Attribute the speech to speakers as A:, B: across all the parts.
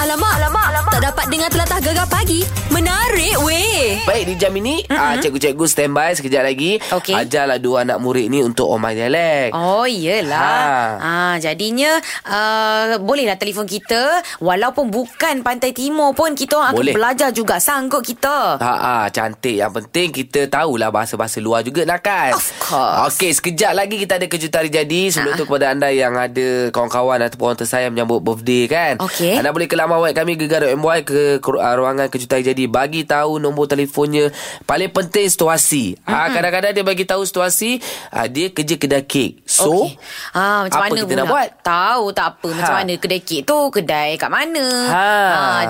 A: Alamak, alamak, alamak. Tak dapat dengar telatah gegar pagi. Menarik weh.
B: Baik di jam ini mm-hmm. uh, Cikgu-cikgu standby Sekejap lagi
A: Okey.
B: Ajarlah dua anak murid ni Untuk Oh My Dialect
C: Oh iyalah. Ha.
B: Ha.
C: ha jadinya uh, bolehlah telefon kita walaupun bukan pantai timur pun kita orang akan
B: Boleh.
C: belajar juga sanggup kita.
B: Ha ah, cantik. Yang penting kita tahulah bahasa-bahasa luar juga nak kan.
C: Of course. Ah.
B: Okey, sekejap lagi kita ada kejutan hari jadi. Sebelum tu kepada anda yang ada kawan-kawan ataupun orang tersayang menyambut birthday kan.
C: Okey.
B: Anda boleh ke laman web kami gegar.my ke ke- ah, ruangan kejutan hari jadi. Bagi tahu nombor telefonnya. Paling penting situasi. Mm-hmm. Ah, kadang-kadang dia bagi tahu situasi, ah, dia kerja kedai kek. So,
C: Okey. ha, macam
B: apa
C: mana
B: kita
C: pun
B: nak
C: nak
B: buat?
C: Tahu tak apa macam
B: Ha.
C: mana kedai kek tu, kedai kat mana?
B: Ha.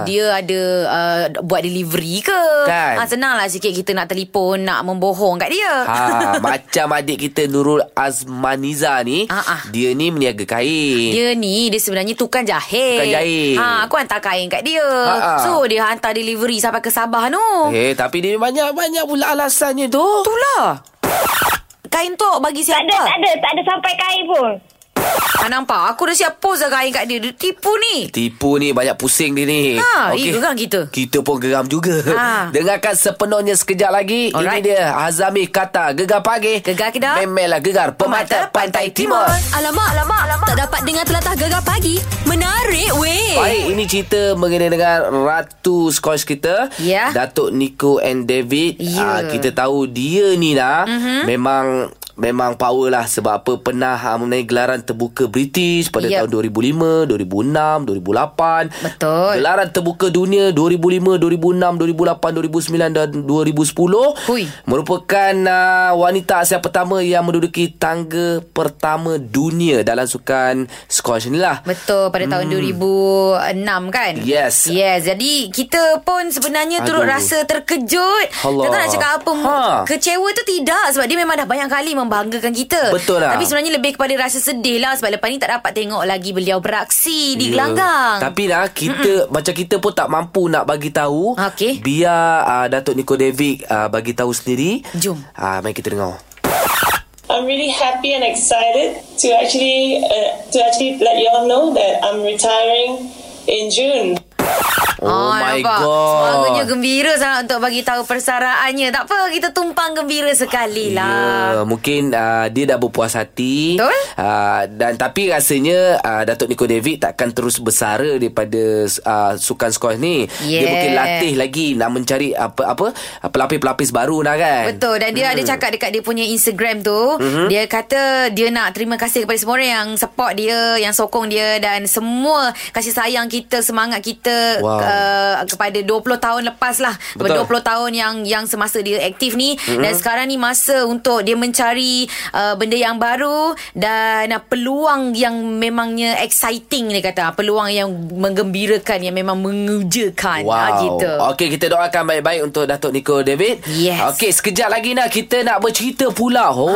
C: dia ada uh, buat delivery ke?
B: Kan.
C: Ha senanglah sikit kita nak telefon, nak membohong kat dia.
B: Ha, macam adik kita Nurul Azmaniza ni,
C: Ah, ah.
B: dia ni meniaga kain.
C: Dia ni Dia sebenarnya tukang jahit
B: Tukang jahit.
C: ha, Aku hantar kain kat dia
B: Ha, ha.
C: So dia hantar delivery Sampai ke Sabah tu
B: Eh, tapi dia banyak-banyak pula alasannya tu.
C: Itulah Kain tu bagi
D: Tak
C: siapa?
D: ada, tak ada. Tak ada sampai kain pun.
C: Ha, nampak? Aku dah siap post dah kain kat dia. Dia tipu ni.
B: Tipu ni banyak pusing dia ni.
C: Ha, eh,
B: Okey.
C: geram kita.
B: Kita pun geram juga.
C: Ha.
B: Dengarkan sepenuhnya sekejap lagi.
C: Alright.
B: Ini dia Hazami kata gegar pagi.
C: Gegar Kedah.
B: Memelah gegar pemata, pantai, timur.
A: Alamak, alamak, alamak. Tak dapat dengar telatah gegar pagi. Menarik weh.
B: Baik, ini cerita mengenai dengan Ratu Scotch kita.
C: Ya.
B: Datuk Nico and David.
C: Ya. Mhm.
B: Ah, kita tahu dia ni lah memang memang power lah sebab apa pernah ah, memenangi gelaran terbuka British pada
C: Ya.
B: tahun 2005, 2006, 2008.
C: Betul.
B: Gelaran terbuka dunia 2005, 2006, 2008, 2009 dan 2010.
C: Hui.
B: Merupakan uh, wanita Asia pertama yang menduduki tangga pertama dunia dalam sukan Scotch ni lah.
C: Betul pada tahun 2006 kan?
B: Yes.
C: Yes. Jadi kita pun sebenarnya
B: Aduh.
C: turut rasa terkejut.
B: Allah.
C: Tak tahu nak cakap apa.
B: Ha.
C: Kecewa tu tidak sebab dia memang dah banyak kali membanggakan kita.
B: Betul lah.
C: Tapi sebenarnya lebih kepada rasa sedih lah sebab lepas ni tak dapat tengok lagi beliau beraksi di
B: Ya.
C: gelanggang.
B: Tapi lah kita Mm-mm. macam kita pun tak mampu nak bagi tahu.
C: Okey.
B: Biar uh, Datuk Niko Devic uh, bagi tahu sendiri.
C: Jom.
B: Ah uh, mari kita dengar.
E: I'm really happy and excited to actually uh, to actually let y'all know that I'm retiring in June.
B: Oh,
C: Ah, Ha, ya
B: my
C: nampak?
B: god.
C: Semangatnya gembira sangat untuk bagi tahu persaraannya. Tak apa, kita tumpang gembira sekali lah.
B: Ya, mungkin uh, dia dah berpuas hati.
C: Betul.
B: Uh, dan tapi rasanya uh, Datuk Niko David takkan terus bersara daripada uh, sukan skor ni. Dia
C: Yeah.
B: mungkin latih lagi nak mencari apa apa uh, pelapis-pelapis baru lah kan. Mhm.
C: Betul dan dia ada cakap dekat dia punya Instagram tu mm-hmm. dia kata dia nak terima kasih kepada semua orang yang support dia yang sokong dia dan semua kasih sayang kita semangat kita
B: Wow.
C: uh, kepada 20 tahun lepas lah
B: Betul. Mhm.
C: Kepada 20 tahun yang yang semasa dia aktif ni mm-hmm. dan sekarang ni masa untuk dia mencari uh, benda yang baru dan uh, peluang yang memangnya exciting dia kata peluang yang menggembirakan yang memang mengujakan Ah, gitu
B: Okey, kita doakan baik-baik untuk Datuk Nico David.
C: Yes.
B: Okey, sekejap lagi nak kita nak bercerita pula. Oh,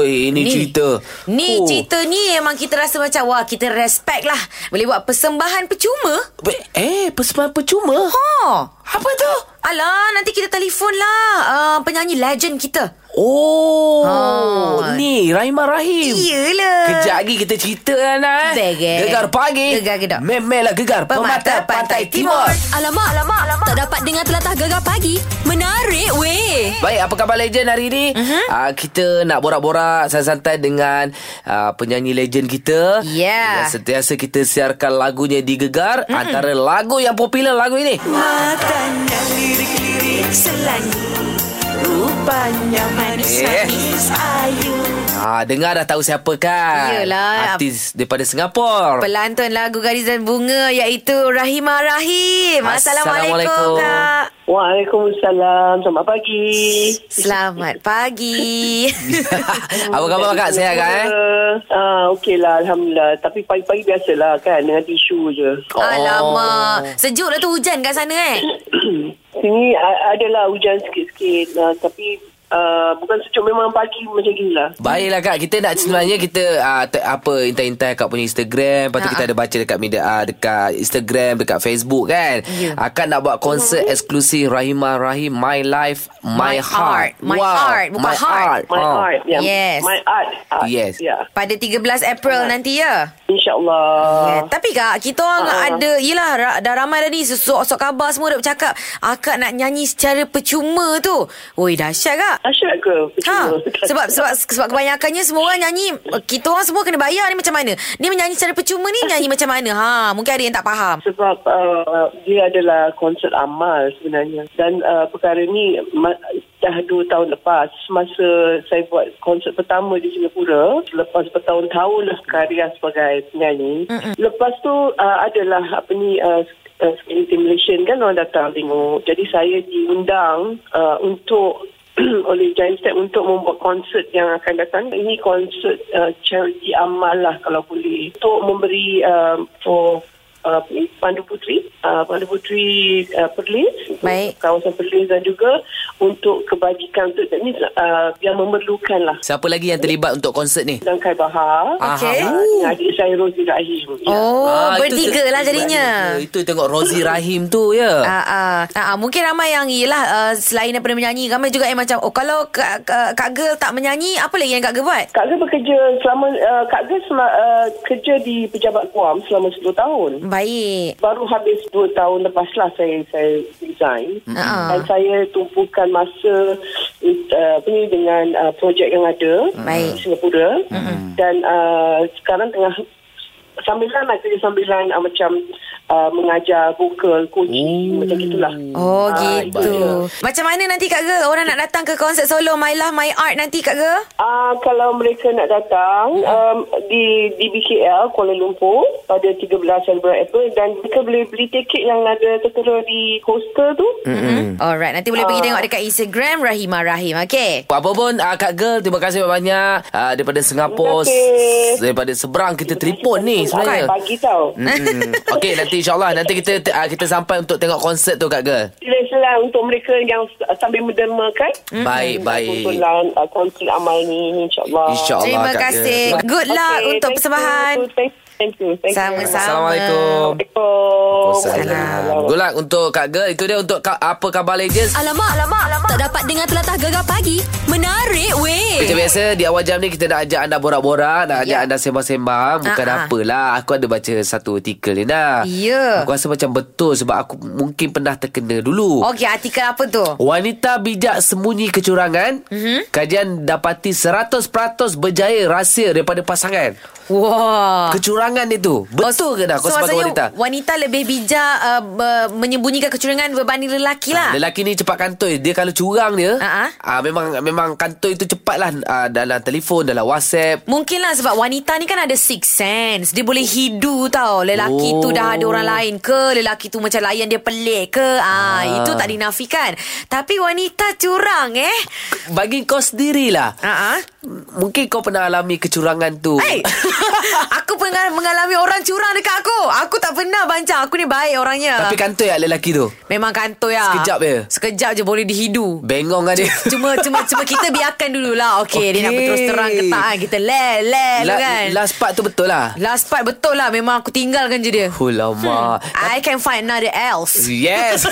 B: ha. ini
C: Ni.
B: cerita.
C: Ni
B: oh.
C: oh. cerita ni memang kita rasa macam wah kita respect lah. Boleh buat persembahan percuma.
B: Be- eh, persembahan percuma.
C: Oh.
B: Apa tu?
C: Alah, nanti kita telefon lah uh, penyanyi legend kita.
B: Oh,
C: Ha.
B: ni Rahimah Rahim.
C: Iyalah.
B: Kejap lagi kita cerita kan eh.
C: Bagus.
B: Gegar pagi.
C: Gegar Kedah.
B: Memelah gegar pemata, pantai, timur.
A: Alamak, alamak, alamak. Tak dapat dengar telatah gegar pagi. Menarik weh.
B: Baik, apa khabar legend hari ini? Uh-huh. Uh, kita nak borak-borak santai-santai dengan uh, penyanyi legend kita.
C: Yeah.
B: Yang sentiasa kita siarkan lagunya di Gegar. Uh-huh. Antara lagu yang popular lagu ini.
F: Matanya lirik-lirik selangi Rupanya manis
B: Eh.
F: manis ayu
B: Uh, dengar dah tahu siapa kan?
C: Yelah.
B: Artis daripada Singapura.
C: Pelantun lagu Garisan Bunga iaitu Rahimah Rahim.
B: Assalamualaikum.
C: Assalamualaikum, Kak.
G: Waalaikumsalam. Selamat pagi.
C: Selamat pagi.
B: apa khabar kak? Saya kan eh?
G: Ah, okey lah. Alhamdulillah. Tapi pagi-pagi biasalah kan. Dengan tisu je.
B: Oh.
C: Alamak. Sejuk lah tu hujan kat sana eh?
G: Sini a- adalah hujan sikit-sikit. Ah, tapi ah, bukan sejuk memang pagi macam gini lah.
B: Baiklah kak, kita nak sebenarnya kita uh, te, apa intai-intai kak punya Instagram, lepas tu
C: Ha,
B: kita ada baca dekat media uh, dekat Instagram, dekat Facebook kan.
C: Ya.
B: Akan nak buat konsert eksklusif Rahimah Rahim My Life My, Heart.
C: My Heart. Bukan
B: My
C: Heart.
B: Heart.
G: My
B: Ah.
G: art. Yeah.
C: Yes.
G: My art. art.
B: Yes.
G: Yeah.
C: Pada 13 April nanti ya.
G: InsyaAllah.
C: Yeah. Tapi kak, kita orang
G: Ah.
C: ada Yelah, ra, dah ramai dah ni Sok-sok khabar semua dah bercakap Akak nak nyanyi secara percuma tu Woi, dahsyat kak
G: Asyik ke?
C: Ha,
G: Percuma.
C: sebab sebab sebab kebanyakannya semua orang nyanyi eh, kita orang semua kena bayar ni macam mana? Dia menyanyi secara percuma ni nyanyi macam mana? Ha, mungkin ada yang tak faham.
G: sebab uh, dia adalah konsert amal sebenarnya dan uh, perkara ni ma- dah dua tahun lepas semasa saya buat konsert pertama di Singapura lepas bertahun-tahun lah karya sebagai penyanyi Mm-mm. lepas tu uh, adalah apa ni uh, uh, security Malaysian kan orang datang tengok jadi saya diundang uh, untuk oleh Giant Step untuk membuat konsert yang akan datang. Ini konsert uh, charity amal lah kalau boleh. Untuk memberi um, for uh, apa ni, Pandu Putri, uh, Pandu Putri uh, Perlis,
C: Baik.
G: kawasan Perlis dan juga untuk kebajikan untuk ni uh, yang memerlukan lah.
B: Siapa lagi yang terlibat untuk konsert ni?
G: Dan Kai Bahar,
B: Ah,
C: Okey.
G: uh, dengan adik saya Rosie Rahim. Ya.
C: Oh,
B: Ah, itu
C: bertiga
B: tengok-
C: lah jadinya.
B: Itu tengok Rosie Rahim tu ya.
C: Ah, ah, ah, ah, mungkin ramai yang ialah uh, selain daripada menyanyi ramai juga yang macam oh kalau kak, kak, kak girl tak menyanyi apa lagi yang kak girl buat?
G: Kak Ger bekerja selama, uh, Kak Ger sema, uh, kerja di pejabat Guam selama 10 tahun.
C: Baik.
G: Baru habis 2 tahun lepas lah saya, saya resign.
C: Ah.
G: Dan saya tumpukan masa uh, apa ni, dengan uh, projek yang ada
C: Baik. Mm-hmm.
G: di Singapura. Dan uh, sekarang tengah sambilan lah kerja sambilan uh, macam uh, mengajar vokal, coaching, macam gitulah.
C: Oh
G: Ah, itu dia.
C: gitu. Macam mana nanti Kak Girl orang nak datang ke konsert solo My Love My Art nanti Kak Girl?
G: Ah kalau mereka nak datang
C: Mm-hmm.
G: um, di di BKL Kuala Lumpur pada 13 Februari April dan mereka boleh beli tiket yang ada tertera di coaster tu.
C: Mm-hmm. Alright, nanti boleh
G: Ah.
C: pergi tengok dekat Instagram Rahima Rahim. Okay.
B: Apa pun uh, Kak Girl Terima kasih banyak-banyak uh, Daripada Singapura
G: Terima kasih.
B: s- Daripada seberang Kita teripun
C: Eh,
B: ni sebenarnya
G: Pagi tau.
B: Hmm. Okey nanti insyaAllah Nanti kita te- ah, kita sampai Untuk tengok konsert tu Kak Girl
G: Sila-sila untuk mereka yang s- sambil menderma kan.
C: Hmm.
B: Baik baik
C: lah.
G: Kumpulan uh, konsol amal ni insyaAllah.
B: InsyaAllah
C: Terima
B: Kak Girl.
C: kasih. Good
G: Okay,
C: luck untuk
G: thank
C: persembahan.
G: you, Thank you. Thank you. Thank you.
C: Sama-sama.
B: Assalamualaikum
G: Assalamualaikum.
B: Waalaikumsalam. Good luck untuk Kak Girl Itu dia untuk Kak, Apa Khabar Legends
A: Alamak, alamak, alamak. Tak dapat dengar telatah gegar pagi. Menarik weh.
B: Macam biasa di awal jam ni kita nak ajak anda borak-borak Nak ajak
C: Ya.
B: anda sembang-sembang Bukan
C: Ah, ah.
B: apalah Aku ada baca satu artikel ni dah
C: Ya.
B: Aku rasa macam betul Sebab aku mungkin pernah terkena dulu
C: Okey, artikel apa tu?
B: Wanita bijak sembunyi kecurangan
C: Mhm.
B: mm-hmm. Kajian dapati 100% berjaya rahsia daripada pasangan
C: Wah.
B: Kecurangan itu Betul ke dah kau
C: Ah. so
B: sebagai
C: maksudnya
B: wanita?
C: Wanita lebih bijak uh, ber- menyembunyikan kecurangan berbanding lelaki lah.
B: Ah, Lelaki ni cepat kantoi Dia kalau curang dia
C: Ah, ah.
B: ah, Memang memang kantoi tu cepat lah ah, Dalam telefon, dalam whatsapp
C: Mungkin lah sebab wanita ni kan ada six sense. Dia boleh hidu tau. Lelaki oh. tu dah ada orang lain ke. Lelaki tu macam layan dia pelik ke. Ah, Itu tak dinafikan. Tapi wanita curang eh.
B: Bagi kau sendirilah
C: Ah, ah.
B: Mungkin kau pernah alami kecurangan tu
C: Hey, aku pernah mengalami orang curang dekat aku. Aku tak pernah bancang. Aku ni baik orangnya.
B: Tapi kantoi lah lelaki tu
C: Memang kantoi lah.
B: Sekejap je.
C: Sekejap je boleh dihidu.
B: Bengong kan dia
C: Cuma cuma cuma kita biarkan dululah. Okey, okay. dia nak
B: Okey.
C: terus terang ke tak kan? Kita le le La,
B: La-
C: kan. Last,
B: Last part tu betul lah
C: last part betul lah memang aku tinggalkan je dia.
B: Oh lama hmm.
C: I can find another else.
B: Yes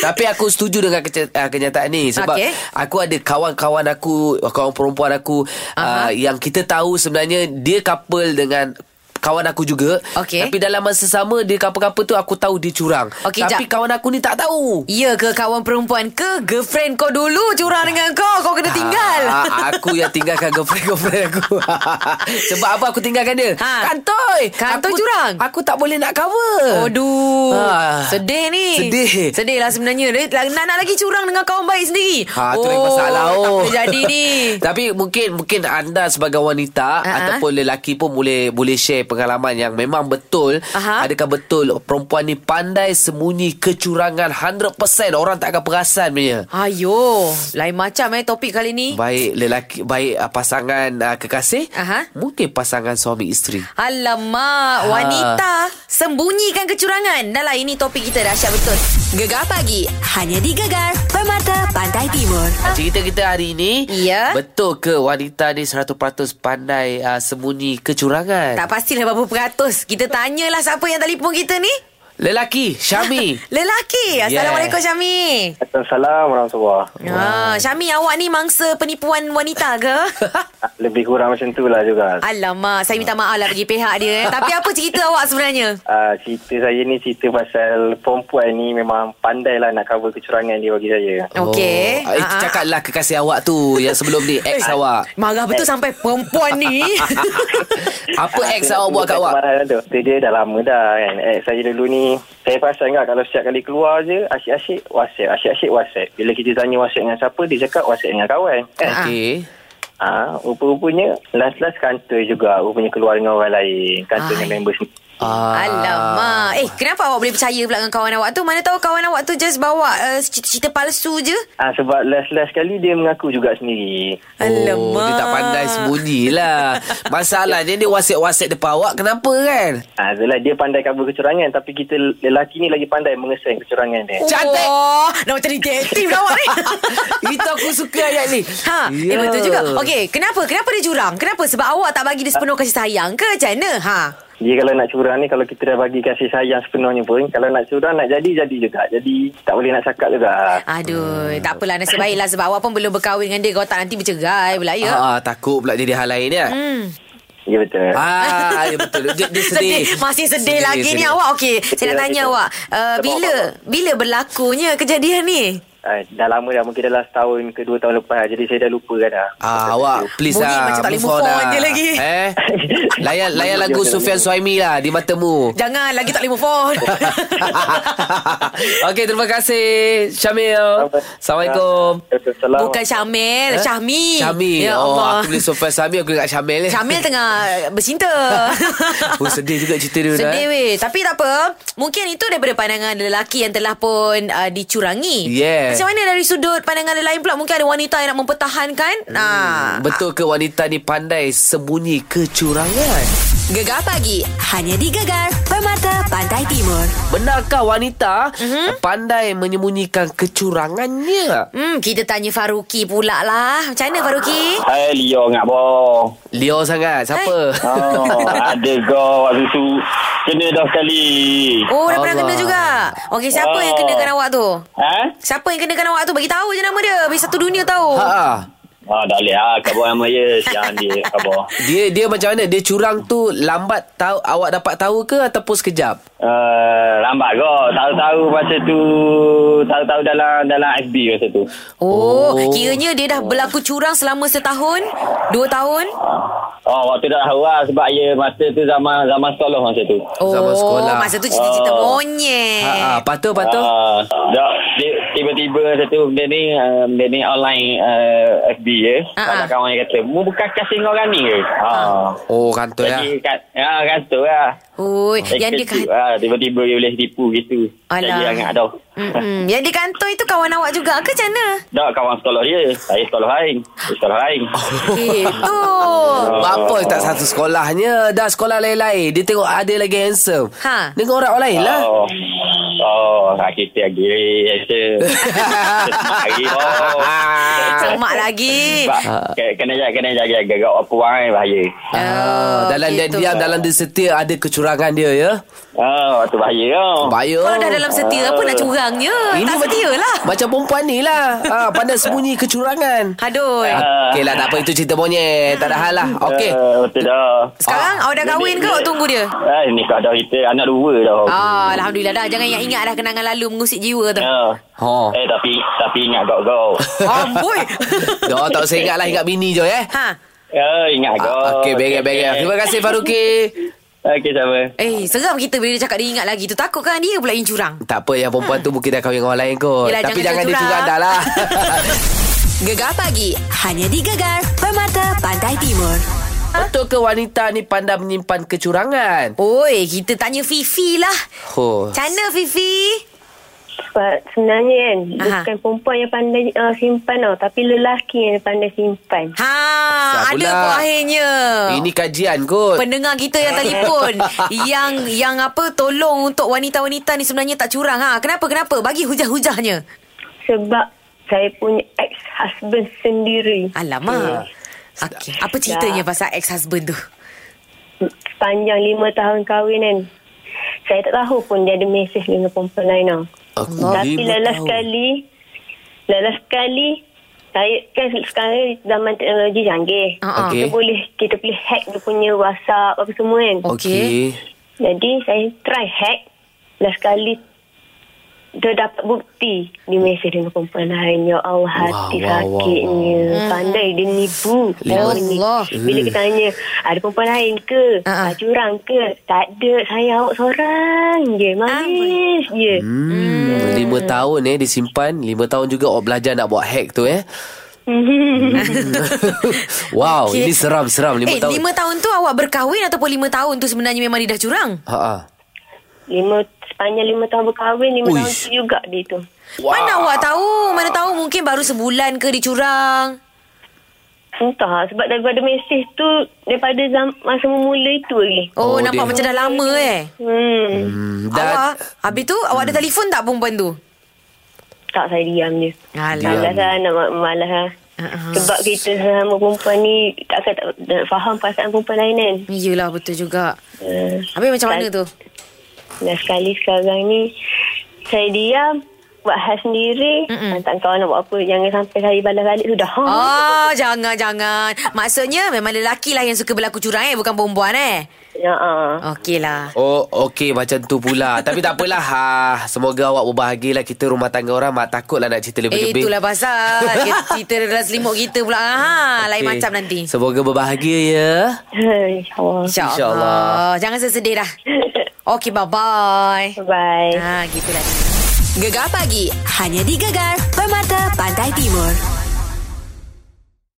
B: Tapi aku setuju dengan kece- uh, kenyataan ni Sebab
C: Okey.
B: okay. aku ada kawan-kawan aku Kawan perempuan aku uh, Yang kita tahu sebenarnya Dia couple dengan kawan aku juga
C: Okey.
B: Tapi dalam masa sama Dia couple-couple tu aku tahu dia curang
C: Okey,
B: Tapi
C: jap.
B: kawan aku ni tak tahu
C: Ya ke kawan perempuan ke girlfriend kau dulu curang dengan kau kau kena tinggal.
B: Ah, aku yang tinggalkan girlfriend-girlfriend aku Sebab apa aku tinggalkan dia
C: Ha.
B: Kantoi
C: Kantoi
B: aku,
C: curang. Oh,
B: Aku tak boleh nak cover
C: Aduh
B: Ah.
C: Sedih ni
B: Sedih.
C: Sedih lah sebenarnya Dia Nak, nak lagi curang dengan kawan baik sendiri
B: Ha, tu lain masalah oh.
C: Tak boleh jadi ni
B: Tapi mungkin mungkin anda sebagai wanita
C: Ah, ah.
B: uh-huh. ataupun lelaki pun boleh boleh share pengalaman yang memang betul
C: Aha.
B: adakah betul perempuan ni pandai sembunyi kecurangan 100% orang tak akan perasan punya.
C: Ayo Lain macam eh topik kali ni
B: Baik lelaki baik uh, pasangan uh, kekasih
C: Aha.
B: mungkin pasangan suami isteri. Ah.
C: Alamak, wanita sembunyikan kecurangan. Dahlah ini topik kita dahsyat betul.
A: Gegar pagi. Hanya di Gegar. Permata Pantai Timur.
B: Cerita kita hari ini
C: Ya.
B: Betul ke wanita ni 100% pandai uh, sembunyi kecurangan
C: Tak pastilah berapa peratus. Kita tanyalah siapa yang telefon kita ni.
B: Lelaki Syami
C: Lelaki. Assalamualaikum yeah. Syami.
H: Assalamualaikum warahmatullahi
C: Ah, Syami awak ni mangsa penipuan wanita ke?
H: Ah, Lebih kurang macam tu lah juga
C: Alamak, saya minta maaf lah bagi pihak dia eh. Tapi apa cerita awak sebenarnya?
H: uh, Cerita saya ni cerita pasal perempuan ni Memang pandai lah nak cover kecurangan dia bagi saya
C: Okey.
B: oh. Eh,
C: Ah, ah.
B: Cakaplah kekasih awak tu Yang sebelum ni Ex awak Ah,
C: Marah betul sampai perempuan ni.
B: Apa
H: Ah,
B: ex awak buat kat awak
C: Ah.
H: Kemarahan tu. Dia, dia dah lama dah kan Ex saya dulu ni Saya perasan kan kalau setiap kali keluar je Asyik-asyik whatsapp Asyik-asyik whatsapp Bila kita tanya whatsapp dengan siapa Dia cakap whatsapp dengan kawan eh,
B: Okey
H: ah, Rupa-rupanya Last-last kantor juga Rupanya keluar dengan orang lain Kantor
B: ya.
H: dengan member sendiri
B: Ah.
C: Alamak. Eh, kenapa awak boleh percaya pula dengan kawan awak tu? Mana tahu kawan awak tu just bawa uh, cerita-cerita palsu je.
H: Ah, sebab last-last kali dia mengaku juga sendiri.
B: Oh,
C: Alamak.
B: dia tak pandai sembunyi lah Masalahnya dia wasit-wasit depan awak Kenapa kan
H: Ah, itulah dia pandai cover kecurangan tapi kita lelaki ni lagi pandai mengeseng kecurangan dia.
B: Cantik.
C: Wah, nak macam detektif lah awak ni.
B: Itu aku suka ayat ni Ya.
C: Ha, yeah. eh betul juga. Okey, kenapa? Kenapa dia curang? Kenapa? Sebab awak tak bagi dia sepenuh kasih sayang ke? Macam mana? Ha.
H: Dia kalau nak curang ni kalau kita dah bagi kasih sayang sepenuhnya pun kalau nak curang nak jadi jadi juga. Jadi tak boleh nak cakap juga.
C: Aduh,
B: Hmm.
C: tak apalah nasib baiklah sebab awak pun belum berkahwin dengan dia. Kalau tak nanti bercerai pula
B: Ya.
C: ya.
B: Ah, ah, takut pula jadi hal lain ya. Hmm.
H: Ya betul.
B: Ah, ya betul. Dia, dia sedih. Ya,
C: Masih sedih, lagi ni awak. Okey, saya
H: Sedih
C: nak tanya
H: lagi.
C: awak, uh,
H: Sebab
C: bila bila berlakunya kejadian ni?
H: Ah, dah lama dah mungkin dalam setahun ke dua tahun lepas jadi saya dah lupa kan dah.
B: Ah, awak please
C: Bunyi
B: lah.
C: macam tak boleh move on
B: lah.
C: je lagi.
B: Eh? Layan, layan lagu Sufian Suhaimi lah di matamu.
C: Jangan lagi tak boleh move on.
B: Okey, terima kasih Syamil. Assalamualaikum.
H: Assalamualaikum.
C: Bukan Syamil,
B: Eh?
C: Syahmi.
B: Syamil.
C: Ya
B: oh,
C: Allah.
B: aku boleh Sufian Suhaimi, aku ingat Syamil. ni.
C: Syamil tengah bercinta.
B: Oh, sedih juga cerita dia.
C: Sedih
B: eh.
C: weh Tapi tak apa Mungkin itu daripada pandangan lelaki Yang telah pun uh, dicurangi
B: Yeah.
C: Macam mana dari sudut pandangan lain pula Mungkin ada wanita yang nak mempertahankan
B: Hmm.
C: Nah,
B: Betul ke wanita ni pandai sembunyi kecurangan?
A: Gegar pagi. Hanya di Gegar. Permata Pantai Timur.
B: Benarkah wanita
C: Mhm.
B: mm-hmm. pandai menyembunyikan kecurangannya?
C: Hmm, kita tanya Faruki pula lah. Macam mana Faruki?
I: Hai Leo ngak boh.
B: Leo sangat. Siapa?
I: Oh,
B: Ah.
I: ada go waktu tu kena dah sekali.
C: Oh, dah pernah
B: Allah.
C: kena juga. Okey, siapa
I: Oh.
C: yang kenakan awak tu?
I: Ha?
C: Siapa yang kenakan awak tu? Bagi tahu je nama dia. Biar satu dunia tahu.
B: Ha. ah.
I: Ah, dah leh ah kabar sama ya siang dia kabar.
B: Dia dia macam mana? Dia curang tu lambat tahu awak dapat tahu ke ataupun sekejap?
I: Uh, lambat go tahu-tahu masa tu tahu-tahu dalam dalam FB masa tu.
C: Oh, kiranya dia dah berlaku curang selama setahun, dua tahun.
I: Oh, waktu dah tahu lah sebab ya masa tu zaman zaman sekolah masa tu.
C: Oh,
B: Zaman sekolah.
C: masa tu cita-cita
I: Oh.
C: monyet.
B: Ha ah, patut patut.
I: Ah, dah dia, tiba-tiba masa tu benda ni uh, benda ni online uh, FB ya.
C: Ah, ah.
I: Ada kawan yang kata, "Mu bukan kasih dengan orang ni ke?" Ha.
B: Oh kantor ya.
I: Jadi kat ya kat tu lah.
C: Oi, yang dia
I: Kecil,
C: kan-
I: ah, tiba-tiba dia boleh tipu gitu.
C: Alah.
I: Jadi hangat dah.
C: Mm-mm. Yang di kantor itu kawan awak juga ke macam mana?
I: Dah kawan sekolah dia. Saya sekolah lain. Dia sekolah lain.
C: Oh. Itu.
B: Bapa tak Oh, satu sekolahnya Dah sekolah lain-lain Dia tengok ada lagi handsome
C: Ha.
B: Dengan orang lain lah
I: Oh. Oh, sakit lagi. Rasa. Lagi. Oh.
B: Eh.
C: Semak lagi.
I: Sebab ke- kena jaga kena jaga jaga gerak apa orang eh, bahaya.
B: Ah, dalam dia
C: Oh, gitu.
B: diam Dalam dia setia Ada kecurangan dia ya
I: Oh, tu bahaya tau.
B: Bahaya
C: Kalau dah dalam setia, apa nak curangnya? Tak
B: macam-
C: setia lah.
B: Macam perempuan ni lah ha, Pandai sembunyi kecurangan
C: Aduh.
I: Ah.
B: Okey lah tak apa Itu cerita monyet Tak ada hal lah Okey
I: Uh, betul dah.
C: Sekarang awak dah kahwin ke awak tunggu dia?
I: Ah, ni kau dah kita anak dua dah.
C: Ah, Alhamdulillah dah. Jangan ingat-ingat dah kenangan lalu mengusik jiwa tu.
I: Ya.
B: Oh.
I: Eh tapi tapi ingat kau kau.
C: Ah, Amboi.
B: Dah tak usah ingat lah Ingat bini je eh
C: ha.
I: Ya, ingat kau.
B: Ah, Okey bege-bege Terima kasih Faruki
I: Okey sama.
C: Eh, seram kita bila dia cakap dia ingat lagi tu. Takut kan dia pula yang curang.
B: Tak apa yang perempuan tu Mungkin dah kahwin dengan orang lain kot
C: Yelah, jangan
B: Tapi jangan, jangan dia
C: curang.
B: curang dah lah
A: Gegar pagi. Hanya di Gegar. Permata Pantai Timur.
B: Betul ke wanita ni Pandai menyimpan kecurangan
C: Oi, kita tanya Fifi lah.
B: Oh
C: Macam mana Fifi?
D: Sebab sebenarnya kan
C: Aha.
D: Aha. Bukan perempuan yang pandai uh, simpan tau Tapi lelaki yang pandai simpan
C: Ha,
B: Besar
C: ada
B: pula.
C: pun akhirnya.
B: Ini kajian kot
C: pendengar kita yang telefon yang yang apa tolong untuk wanita-wanita ni sebenarnya tak curang ha. Kenapa kenapa? Bagi hujah-hujahnya.
D: Sebab saya punya ex-husband sendiri
C: Alamak. Okay. Apa ceritanya pasal ex-husband tu?
D: Sepanjang lima tahun kahwin kan
G: Saya tak tahu pun dia ada mesej dengan perempuan lain tau.
B: Aku
G: Tapi
B: lima
G: lelah
B: tahun.
G: sekali Lelah sekali Saya kan sekarang ni zaman teknologi canggih
C: Ah, ah.
B: Okey.
G: Kita boleh Kita boleh hack dia punya WhatsApp Apa semua kan
B: Okey.
G: Jadi saya try hack Lelah sekali Dia dapat bukti Dia mesej dengan perempuan lain Ya Allah hati
B: Wah, wah,
G: sakitnya Pandai dia nipu
C: Lima-
G: Orang ni.
C: Allah.
G: Bila kita tanya Ada perempuan lain ke
C: Ah, ah.
G: uh Curang ke Tak ada Saya awak seorang je Manis je
B: Hmm. Lima tahun eh disimpan. Lima tahun juga awak belajar nak buat hack tu eh. Hmm. wow,
C: Okey.
B: ini seram-seram lima
C: eh,
B: tahun.
C: lima tahun tu awak berkahwin ataupun lima tahun tu sebenarnya memang dia dah curang?
B: Ha ah.
G: Lima Sepanjang lima tahun berkahwin Lima
B: Uish.
G: tahun tu juga dia tu
B: Wah.
C: Mana awak tahu? Mana tahu mungkin baru sebulan ke dia curang?
G: Entah lah, Sebab daripada mesej tu Daripada zam, masa memula itu lagi
C: Oh,
B: Oh,
C: oh nampak
B: dia-
C: macam dah lama eh.
G: Hmm,
B: Hmm,
C: awak,
B: dah
C: habis tu awak ada telefon tak perempuan tu?
G: Tak saya diam je
C: Alah.
B: Diam.
G: Malas lah nak ma- malas lah
C: Uh-uh.
G: Sebab kita sesama perempuan ni Tak akan tak, tak faham perasaan perempuan lain kan
C: Yelah betul juga.
G: uh,
C: Habis macam mana tu?
G: Dan sekali sekarang ni Saya diam Buat hal sendiri Ah,
C: Mm-mm.
G: Tak tahu nak buat apa Jangan sampai saya balas balik tu dah
C: Oh, jangan, jangan. Maksudnya memang lelaki lah yang suka berlaku curang eh, bukan perempuan eh.
G: Ya, ah.
C: Okeylah.
B: Oh, okey macam tu pula. Tapi tak apalah. Ha, semoga awak berbahagialah kita rumah tangga orang mak takutlah nak
C: Eh,
B: cerita lebih-lebih.
C: itulah pasal. Kita- Kita dalam selimut kita pula. Ha, lain
B: Okey.
C: macam nanti.
B: Semoga berbahagia ya.
G: InsyaAllah
B: InsyaAllah.
C: InsyaAllah. Jangan sesedih dah. Okey, bye-bye.
G: Bye
C: Ha, gitulah.
J: Gegar pagi. Hanya di Gegar. Permata Pantai Timur.